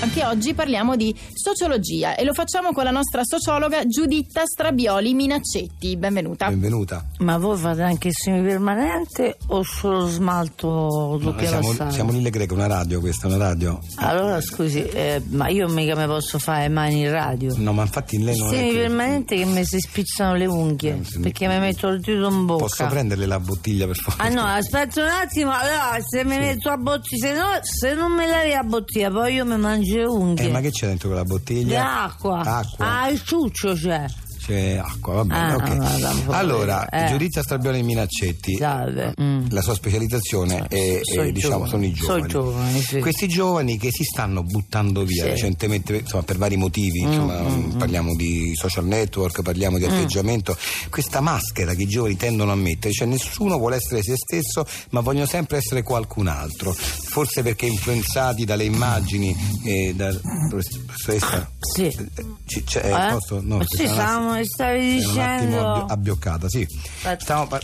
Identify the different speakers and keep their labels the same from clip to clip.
Speaker 1: Anche oggi parliamo di sociologia e lo facciamo con la nostra sociologa Giuditta Strabioli Minaccetti. Benvenuta.
Speaker 2: Benvenuta.
Speaker 3: Ma voi fate anche il semipermanente o solo smalto
Speaker 2: No,
Speaker 3: doppia
Speaker 2: Ah, siamo,
Speaker 3: passata?
Speaker 2: siamo Lille Greco, una radio questa, una radio.
Speaker 3: Allora scusi, eh, ma io mica mi posso fare mani in radio.
Speaker 2: No, ma infatti lei non è che... Eh,
Speaker 3: Semipermanente che mi si spizzano le unghie
Speaker 2: sì.
Speaker 3: perché mi metto il dito in bocca.
Speaker 2: Posso prenderle la bottiglia per favore? Eh,
Speaker 3: Ah no, aspetta un attimo, allora se mi metto a bottiglia, se, no, se non me lavi a bottiglia, poi io mi mangio le unghie.
Speaker 2: Eh, ma che c'è dentro quella bottiglia?
Speaker 3: L'acqua,
Speaker 2: Acqua.
Speaker 3: ah il ciuccio c'è.
Speaker 2: C'è acqua, va bene,
Speaker 3: Ah,
Speaker 2: ok.
Speaker 3: no, no, no,
Speaker 2: allora,
Speaker 3: eh.
Speaker 2: Giuditta Strabioli Minaccetti.
Speaker 3: Salve.
Speaker 2: Eh,
Speaker 3: Mm.
Speaker 2: La sua specializzazione è,
Speaker 3: sono
Speaker 2: è,
Speaker 3: i
Speaker 2: diciamo,
Speaker 3: giovani.
Speaker 2: sono i giovani.
Speaker 3: Sono i giovani, sì.
Speaker 2: Questi giovani che si stanno buttando via
Speaker 3: Sì. Mm,
Speaker 2: recentemente insomma, per vari motivi, insomma, mm, parliamo di social network, parliamo di atteggiamento, questa maschera che i giovani tendono a mettere, cioè nessuno vuole essere se stesso ma vogliono sempre essere qualcun altro, forse perché influenzati dalle immagini e da... professoressa?
Speaker 3: Sì.
Speaker 2: C- c'è-
Speaker 3: Eh?
Speaker 2: posso? No,
Speaker 3: Ma
Speaker 2: ci
Speaker 3: sì,
Speaker 2: sono un
Speaker 3: stavamo- stavi
Speaker 2: attimo-
Speaker 3: dicendo-
Speaker 2: un attimo abbi- abbioccata, sì.
Speaker 3: Aspetta.
Speaker 2: Stavo par-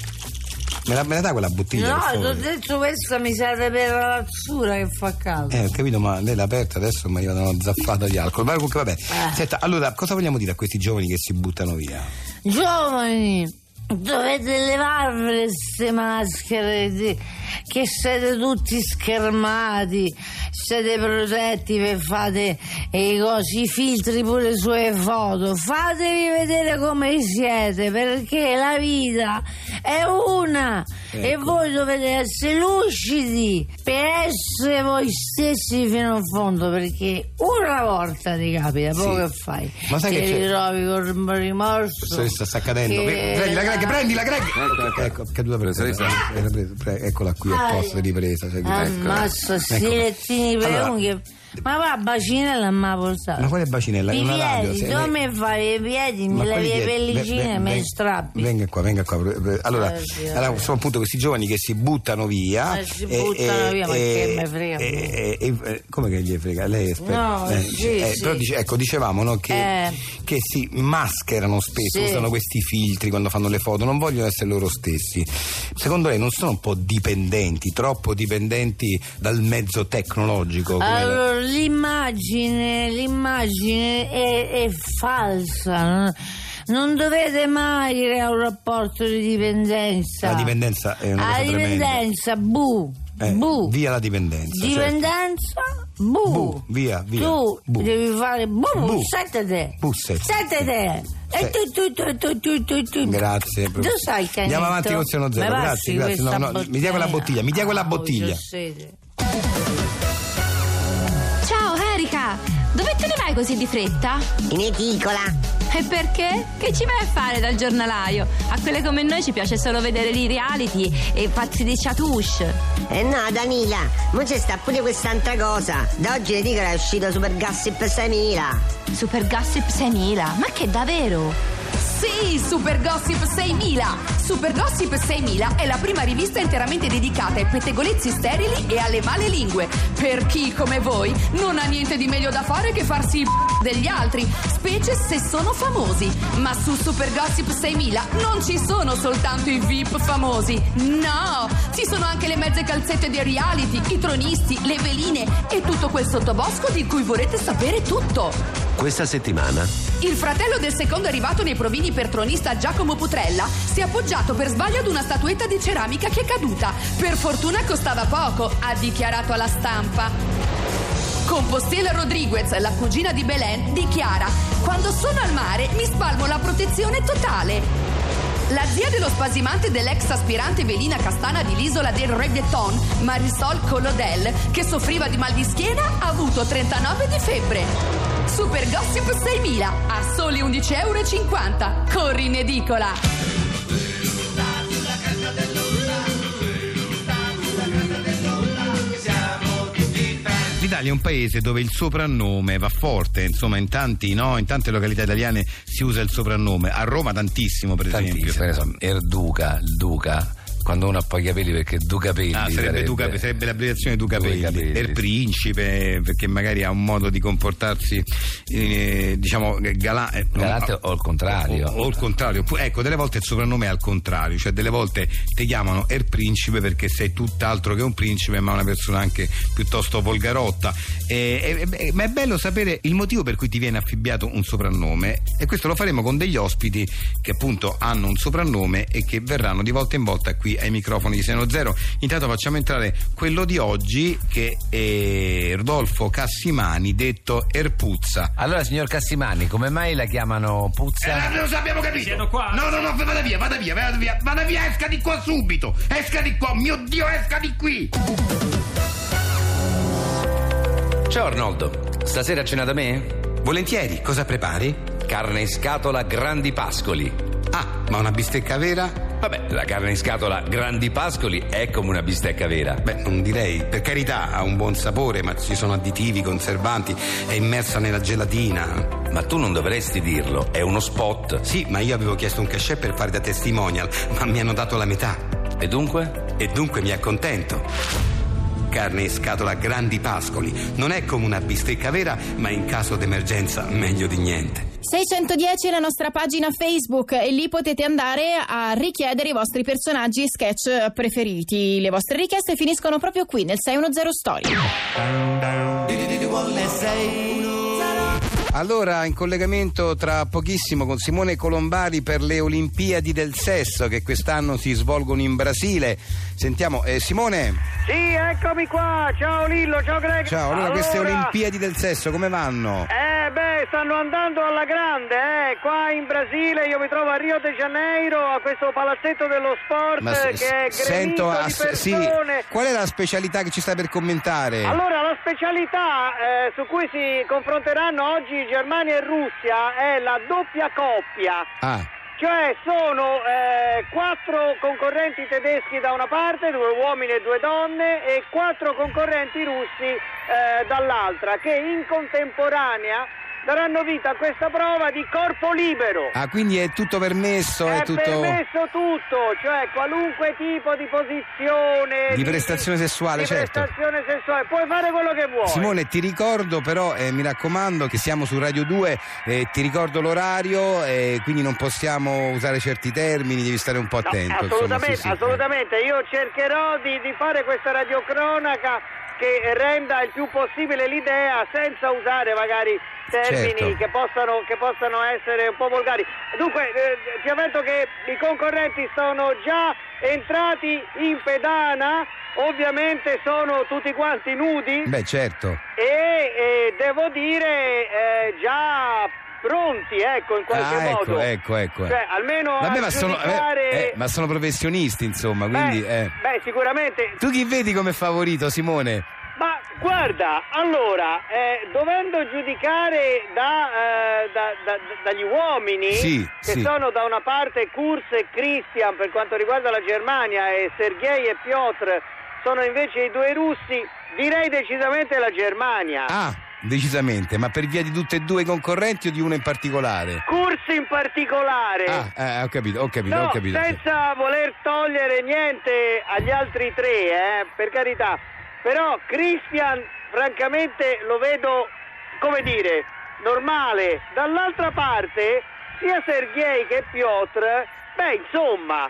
Speaker 2: me, la, me la dai quella bottiglia? per
Speaker 3: No, ti ho
Speaker 2: favore?
Speaker 3: detto questa mi serve per la lazzura che fa caldo.
Speaker 2: Eh, ho capito, ma lei l'ha aperta adesso mi arriva una zaffata di alcol. Ma comunque vabbè.
Speaker 3: Eh.
Speaker 2: Senta, allora, cosa vogliamo dire a questi giovani che si buttano via?
Speaker 3: Giovani, dovete levarvele queste maschere di- che siete tutti schermati, siete protetti per fate i cosi, i filtri pure sulle foto. Fatevi vedere come siete perché la vita è una e
Speaker 2: Ecco.
Speaker 3: voi dovete essere lucidi per essere voi stessi fino in fondo perché una volta ti capita, poi che fai?
Speaker 2: Ma sai
Speaker 3: Ti
Speaker 2: che c'è-
Speaker 3: ritrovi col rimorso.
Speaker 2: Professoressa sta cadendo.
Speaker 3: Che-
Speaker 2: Prendi la Greg, prendi la Greg! Ecco, ecco, ecco, caduta presa.
Speaker 4: Professoressa.
Speaker 2: Era presa, pre- Eccola qui, a posto, ripresa. cioè,
Speaker 3: ah, Ammazza,
Speaker 2: eccola.
Speaker 3: sti lettini per
Speaker 2: Ecco. Allora,
Speaker 3: unghie. Ma va, bacinella mi ha portato.
Speaker 2: Ma quale bacinella?
Speaker 3: I
Speaker 2: È una radio,
Speaker 3: piedi,
Speaker 2: se-
Speaker 3: tu mi fai i piedi, mi levi le pellicine e
Speaker 2: me
Speaker 3: mi strappi.
Speaker 2: Venga qua, venga qua. pre- Allora,
Speaker 3: Eh, sì,
Speaker 2: allora, sono appunto questi giovani che si buttano via.
Speaker 3: Eh, si buttano via, ma che me frega.
Speaker 2: eh, eh, eh, come che gli frega? Lei è esperta.
Speaker 3: No,
Speaker 2: Eh,
Speaker 3: sì, sì.
Speaker 2: Però dice, ecco, dicevamo no, che,
Speaker 3: Eh.
Speaker 2: che si mascherano spesso,
Speaker 3: Sì.
Speaker 2: usano questi filtri quando fanno le foto, non vogliono essere loro stessi. Secondo lei non sono un po' dipendenti, troppo dipendenti dal mezzo tecnologico? come la-
Speaker 3: Allora, l'immagine, l'immagine è, è falsa. non- Non dovete mai creare un rapporto di dipendenza.
Speaker 2: La dipendenza è una
Speaker 3: La
Speaker 2: cosa tremenda.
Speaker 3: dipendenza, bu.
Speaker 2: Eh,
Speaker 3: bu.
Speaker 2: Via la dipendenza. certo.
Speaker 3: Dipendenza, bu.
Speaker 2: Bu, via, via.
Speaker 3: Tu
Speaker 2: Bu.
Speaker 3: devi fare bu,
Speaker 2: Bu.
Speaker 3: settete.
Speaker 2: Bu, settete.
Speaker 3: Settete. E
Speaker 2: Se-
Speaker 3: tu, tu, tu, tu, tu, tu, tu.
Speaker 2: Grazie.
Speaker 3: Tu sai che
Speaker 2: Andiamo avanti con Zero Zero, grazie, grazie. No, no, mi dia quella bottiglia, mi dia quella
Speaker 3: Ah,
Speaker 2: bottiglia.
Speaker 5: Ciao Erika, dove te ne vai così di fretta?
Speaker 6: In edicola.
Speaker 5: E perché? Che ci vai a fare dal giornalaio? A quelle come noi ci piace solo vedere i reality e fatti di chatouche.
Speaker 6: Eh no, Danila, mo c'è sta pure quest'altra cosa. Da oggi l'edicola è uscito Super Gossip 6000.
Speaker 5: Super Gossip 6000, ma che davvero?
Speaker 7: Sì, Super Gossip 6000! Super Gossip 6000 è la prima rivista interamente dedicata ai pettegolezzi sterili e alle male lingue. Per chi, come voi, non ha niente di meglio da fare che farsi i p- degli altri, specie se sono famosi. Ma su Super Gossip 6000 non ci sono soltanto i VIP famosi, no! Ci sono anche le mezze calzette dei reality, i tronisti, le veline e tutto quel sottobosco di cui vorrete sapere tutto.
Speaker 4: Questa settimana
Speaker 7: Il fratello del secondo arrivato nei provini per tronista Giacomo Putrella si è appoggiato per sbaglio ad una statuetta di ceramica che è caduta. Per fortuna costava poco, ha dichiarato alla stampa. Compostela Rodriguez, la cugina di Belen, dichiara: Quando sono al mare mi spalmo la protezione totale. La zia dello spasimante dell'ex aspirante velina castana di l'isola del reggaeton, Marisol Collodel, che soffriva di mal di schiena, ha avuto 39 di febbre. Super Gossip 6000 a soli 11,50 euro. Corri in edicola!
Speaker 2: L'Italia è un paese dove il soprannome va forte, insomma in, tanti, no? in tante località italiane si usa il soprannome, a Roma tantissimo per
Speaker 4: tantissimo,
Speaker 2: esempio.
Speaker 4: per esempio, Erduca, il Duca,
Speaker 2: Quando uno ha pochi capelli perché du capelli.
Speaker 4: Ah, sarebbe, Duca- sarebbe l'abbreviazione Duca
Speaker 2: Due
Speaker 4: Pelli,
Speaker 2: capelli. eh,
Speaker 4: del principe, perché magari ha un modo di comportarsi, eh, diciamo,
Speaker 2: eh,
Speaker 4: galante.
Speaker 2: Galante o al contrario.
Speaker 4: O, o al contrario. Oppu- Ecco, delle volte il soprannome è al contrario, cioè delle volte ti chiamano Er Principe perché sei tutt'altro che un principe, ma una persona anche piuttosto volgarotta. Eh, eh, beh, ma è bello sapere il motivo per cui ti viene affibbiato un soprannome, e questo lo faremo con degli ospiti che appunto hanno un soprannome e che verranno di volta in volta qui ai microfoni di Seno Zero. Intanto facciamo entrare quello di oggi che è Rodolfo Cassimani, detto "Er Erpuzza.
Speaker 2: Allora, signor Cassimani, come mai la chiamano Puzza?
Speaker 4: Eh, lo abbiamo capito!
Speaker 8: Siano qua.
Speaker 4: No, no, no, vada via, vada via, vada via, vada via, esca di qua subito! Esca di qua, mio Dio, esca di qui!
Speaker 9: Ciao Arnoldo, stasera a cena da me?
Speaker 4: Volentieri, cosa prepari?
Speaker 9: Carne in scatola grandi pascoli.
Speaker 4: Ah, ma una bistecca vera?
Speaker 9: Vabbè, la carne in scatola grandi pascoli è come una bistecca vera.
Speaker 4: Beh, non direi, per carità ha un buon sapore, ma ci sono additivi, conservanti, è immersa nella gelatina.
Speaker 9: Ma tu non dovresti dirlo, è uno spot.
Speaker 4: Sì, ma io avevo chiesto un cachet per fare da testimonial, ma mi hanno dato la metà.
Speaker 9: E dunque?
Speaker 4: E dunque mi accontento. Carne in scatola grandi pascoli. Non è come una bistecca vera, ma in caso d'emergenza meglio di niente.
Speaker 1: 610 è la nostra pagina Facebook e lì potete andare a richiedere i vostri personaggi e sketch preferiti. Le vostre richieste finiscono proprio qui nel 610 Story.
Speaker 2: Allora, in collegamento tra pochissimo con Simone Colombari per le Olimpiadi del Sesso che quest'anno si svolgono in Brasile. Sentiamo, eh, Simone.
Speaker 10: Sì, eccomi qua. Ciao Lillo, ciao Greg.
Speaker 2: Ciao, allora, queste Olimpiadi del Sesso come vanno?
Speaker 10: Eh beh, stanno andando alla grande, eh. Qua in Brasile io mi trovo a Rio de Janeiro, a questo palazzetto dello sport
Speaker 2: se-
Speaker 10: eh, che è
Speaker 2: sento
Speaker 10: gremito di
Speaker 2: ass-
Speaker 10: persone.
Speaker 2: sì, qual è la specialità che ci sta per commentare?
Speaker 10: Allora, la specialità eh, su cui si confronteranno oggi Germania e Russia è la doppia coppia.
Speaker 2: Ah,
Speaker 10: Cioè sono eh, quattro concorrenti tedeschi da una parte, due uomini e due donne, e quattro concorrenti russi eh, dall'altra, che in contemporanea daranno vita a questa prova di corpo libero.
Speaker 2: ah, quindi è tutto permesso, è,
Speaker 10: è
Speaker 2: tutto
Speaker 10: permesso tutto, cioè qualunque tipo di posizione,
Speaker 2: Di prestazione sessuale,
Speaker 10: di
Speaker 2: certo.
Speaker 10: prestazione sessuale, puoi fare quello che vuoi.
Speaker 2: Simone, ti ricordo però, eh, mi raccomando, che siamo su Radio 2, eh, ti ricordo l'orario, eh, quindi non possiamo usare certi termini, devi stare un po'
Speaker 10: No,
Speaker 2: attento. insomma,
Speaker 10: assolutamente,
Speaker 2: sì, eh. sì.
Speaker 10: assolutamente. io cercherò di, di fare questa radiocronaca che renda il più possibile l'idea senza usare magari termini
Speaker 2: Certo.
Speaker 10: che, possano, che possano essere un po' volgari. Dunque, eh, ti avverto che i concorrenti sono già entrati in pedana, ovviamente sono tutti quanti nudi
Speaker 2: Beh, certo.
Speaker 10: e eh, devo dire eh, già pronti, ecco, in qualche
Speaker 2: ah, ecco,
Speaker 10: modo.
Speaker 2: ecco, ecco.
Speaker 10: Cioè, almeno
Speaker 2: Vabbè,
Speaker 10: a
Speaker 2: ma, sono, eh,
Speaker 10: giudicare-
Speaker 2: eh, ma sono professionisti, insomma, quindi...
Speaker 10: beh,
Speaker 2: eh.
Speaker 10: beh, sicuramente.
Speaker 2: Tu chi vedi come favorito, Simone?
Speaker 10: Ma guarda, allora, eh, dovendo giudicare da, eh, da- da- da- dagli uomini,
Speaker 2: Sì,
Speaker 10: che
Speaker 2: sì.
Speaker 10: sono da una parte Kurz e Christian per quanto riguarda la Germania e Sergei e Piotr sono invece i due russi, direi decisamente la Germania.
Speaker 2: Ah, decisamente, ma per via di tutte e due i concorrenti o di uno in particolare?
Speaker 10: Kurz in particolare.
Speaker 2: Ah, eh, ho capito, ho capito,
Speaker 10: No,
Speaker 2: ho capito.
Speaker 10: senza voler togliere niente agli altri tre, eh, per carità. Però Christian, francamente, lo vedo, come dire, normale. Dall'altra parte, sia Sergei che Piotr, beh, insomma...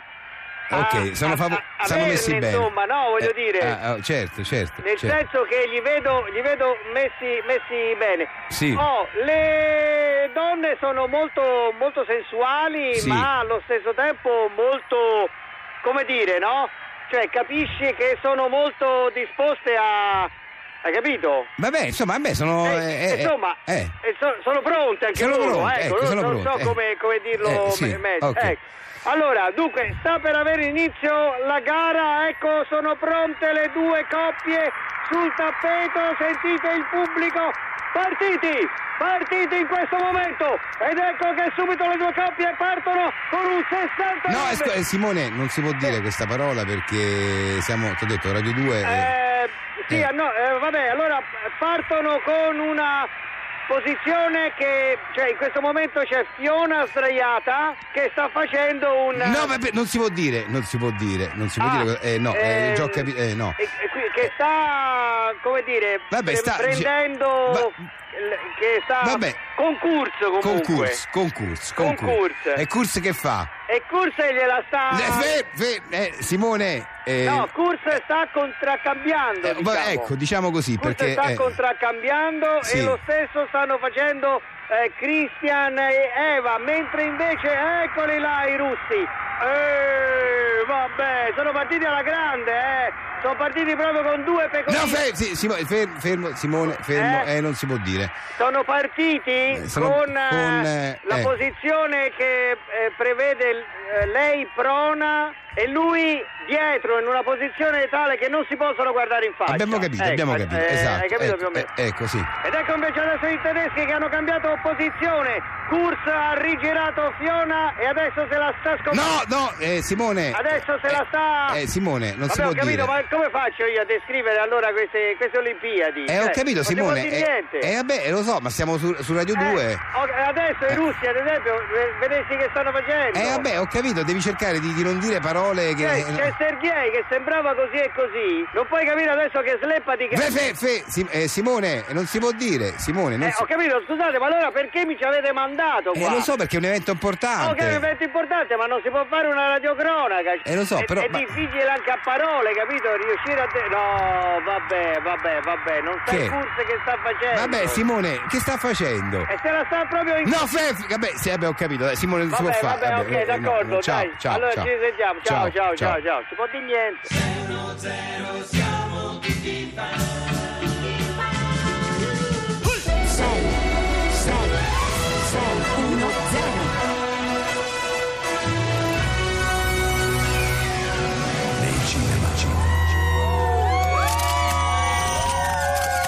Speaker 2: Ok,
Speaker 10: a-
Speaker 2: sono
Speaker 10: a-
Speaker 2: favo-
Speaker 10: a-
Speaker 2: sono
Speaker 10: averne,
Speaker 2: messi bene.
Speaker 10: Insomma, no, voglio
Speaker 2: Eh,
Speaker 10: dire...
Speaker 2: ah, ah, certo, certo.
Speaker 10: Nel
Speaker 2: certo.
Speaker 10: senso che gli vedo, gli vedo messi, messi bene.
Speaker 2: Sì.
Speaker 10: Oh, le donne sono molto, molto sensuali,
Speaker 2: Sì.
Speaker 10: ma allo stesso tempo molto, come dire, no? Cioè, capisci che sono molto disposte a... Hai capito?
Speaker 2: Vabbè, insomma, vabbè, sono.
Speaker 10: Eh,
Speaker 2: eh, eh,
Speaker 10: insomma,
Speaker 2: eh.
Speaker 10: eh, so- sono pronte anche
Speaker 2: Sono
Speaker 10: loro,
Speaker 2: pronte,
Speaker 10: ecco,
Speaker 2: ecco,
Speaker 10: non-
Speaker 2: sono
Speaker 10: non so
Speaker 2: pronte, eh.
Speaker 10: come, come dirlo
Speaker 2: Eh, sì,
Speaker 10: me- meglio.
Speaker 2: ok.
Speaker 10: ecco. Allora, dunque, sta per avere inizio la gara, ecco, sono pronte le due coppie sul tappeto, sentite il pubblico, partiti! Partiti in questo momento ed ecco che subito le due coppie partono con un 60
Speaker 2: No, eh, scu- eh, Simone, non si può
Speaker 10: Eh.
Speaker 2: dire questa parola perché siamo, ti ho detto, Radio 2. eh.
Speaker 10: Eh, sì,
Speaker 2: Eh.
Speaker 10: ah, no, eh, vabbè, allora partono con una Posizione che, cioè in questo momento c'è Fiona sdraiata che sta facendo un... Ah,
Speaker 2: No, vabbè, non si può dire, non si può dire, non si può dire. cosa- Eh, no, eh,
Speaker 10: ehm,
Speaker 2: già ho capi- eh, no.
Speaker 10: e- e qui- Che sta, come dire,
Speaker 2: Vabbè,
Speaker 10: pre-
Speaker 2: sta-
Speaker 10: prendendo...
Speaker 2: va-
Speaker 10: l- che sta...
Speaker 2: Vabbè.
Speaker 10: Concurso comunque.
Speaker 2: Concurs, concurs, concurs.
Speaker 10: Concurs.
Speaker 2: E Curs che fa?
Speaker 10: E Curse gliela sta...
Speaker 2: Eh, fe- fe- eh, Simone, eh,
Speaker 10: Ah. No, Curse sta contraccambiando.
Speaker 2: eh, va-
Speaker 10: diciamo.
Speaker 2: ecco, diciamo così
Speaker 10: Curse
Speaker 2: perché
Speaker 10: sta
Speaker 2: eh,
Speaker 10: contraccambiando
Speaker 2: sì.
Speaker 10: e lo stesso stanno facendo eh, Christian e Eva, mentre invece eccoli là i russi. Eh, vabbè, sono partiti alla grande, eh. Sono partiti proprio con due
Speaker 2: No,
Speaker 10: pecorine.
Speaker 2: fe- sì, Simone, fer- fermo, Simone, fermo,
Speaker 10: Eh.
Speaker 2: eh, non si può dire.
Speaker 10: Sono partiti
Speaker 2: sono-
Speaker 10: con, eh,
Speaker 2: con, eh,
Speaker 10: la
Speaker 2: eh.
Speaker 10: posizione che eh, prevede eh, lei prona e lui dietro in una posizione tale che non si possono guardare in faccia.
Speaker 2: Abbiamo capito,
Speaker 10: Ecco,
Speaker 2: abbiamo capito,
Speaker 10: eh,
Speaker 2: esatto.
Speaker 10: Hai capito
Speaker 2: ecco,
Speaker 10: più o meno?
Speaker 2: eh, ecco, sì.
Speaker 10: Ed ecco invece adesso i tedeschi che hanno cambiato posizione. Kurz ha rigirato Fiona e adesso se la sta scopando.
Speaker 2: No, no, eh, Simone.
Speaker 10: Adesso se
Speaker 2: eh,
Speaker 10: la sta.
Speaker 2: eh, Simone, non
Speaker 10: Vabbè,
Speaker 2: si può
Speaker 10: ho capito,
Speaker 2: dire.
Speaker 10: ma come faccio io a descrivere allora queste, queste Olimpiadi?
Speaker 2: Eh, ho capito,
Speaker 10: cioè, non si può
Speaker 2: Simone.
Speaker 10: dire
Speaker 2: eh,
Speaker 10: niente.
Speaker 2: eh, vabbè, lo so, ma siamo su, su Radio
Speaker 10: Eh,
Speaker 2: 2.
Speaker 10: ho- adesso i russi, ad esempio, ve- vedessi che stanno facendo.
Speaker 2: Eh, vabbè, eh, ho capito, devi cercare di, di non dire parole che.
Speaker 10: C'è, Cioè, c'è Sergei che sembrava così e così. Non puoi capire adesso che sleppa di che.
Speaker 2: Fe- fe- fe- Sim- eh, Simone, non si può dire. Simone, non
Speaker 10: Eh,
Speaker 2: si-
Speaker 10: ho capito, scusate, ma allora perché mi ci avete mandato
Speaker 2: Eh,
Speaker 10: qua?
Speaker 2: lo so perché è un evento
Speaker 10: Ok, è un
Speaker 2: importante.
Speaker 10: evento importante, ma non si può fare una radiocronaca.
Speaker 2: Eh, lo so,
Speaker 10: è,
Speaker 2: però-
Speaker 10: È
Speaker 2: ma-
Speaker 10: difficile anche a parole, capito? Riuscire a. de- No, vabbè, vabbè, vabbè, non sai
Speaker 2: Che?
Speaker 10: il curso che sta facendo.
Speaker 2: Vabbè, Simone, che sta facendo?
Speaker 10: E se la sta proprio in.
Speaker 2: No, fe- fe- vabbè, sì, vabbè, ho capito. dai, Simone, non si può
Speaker 10: Vabbè,
Speaker 2: fare.
Speaker 10: vabbè,
Speaker 2: vabbè,
Speaker 10: ok,
Speaker 2: eh, no,
Speaker 10: d'accordo,
Speaker 2: no, ciao,
Speaker 10: dai.
Speaker 2: ciao,
Speaker 10: allora
Speaker 2: ciao.
Speaker 10: ci sentiamo. Ciao, ciao, ciao, ciao. Si può dire niente.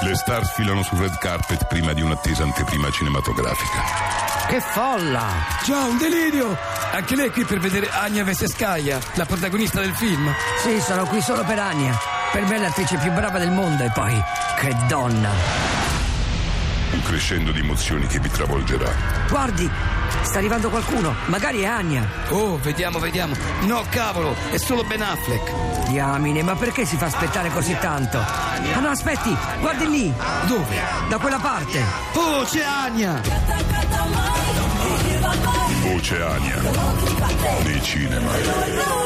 Speaker 8: Le star filano sul red carpet prima di un'attesa anteprima cinematografica.
Speaker 11: Che folla!
Speaker 9: Già, un delirio! Anche lei è qui per vedere Agnia Veseskaya, la protagonista del film.
Speaker 11: Sì, sono qui solo per Ania. Per me è l'attrice più brava del mondo e poi, che donna!
Speaker 8: Un crescendo di emozioni che vi travolgerà.
Speaker 11: Guardi, sta arrivando qualcuno, magari è Ania.
Speaker 9: Oh, vediamo, vediamo. No, cavolo, è solo Ben Affleck.
Speaker 11: Diamine, ma perché si fa aspettare così tanto? Ah no, aspetti, guardi lì,
Speaker 9: Dove?
Speaker 11: da quella parte.
Speaker 9: Oh, c'è Ania!
Speaker 8: Voce Ania. Nei cinema.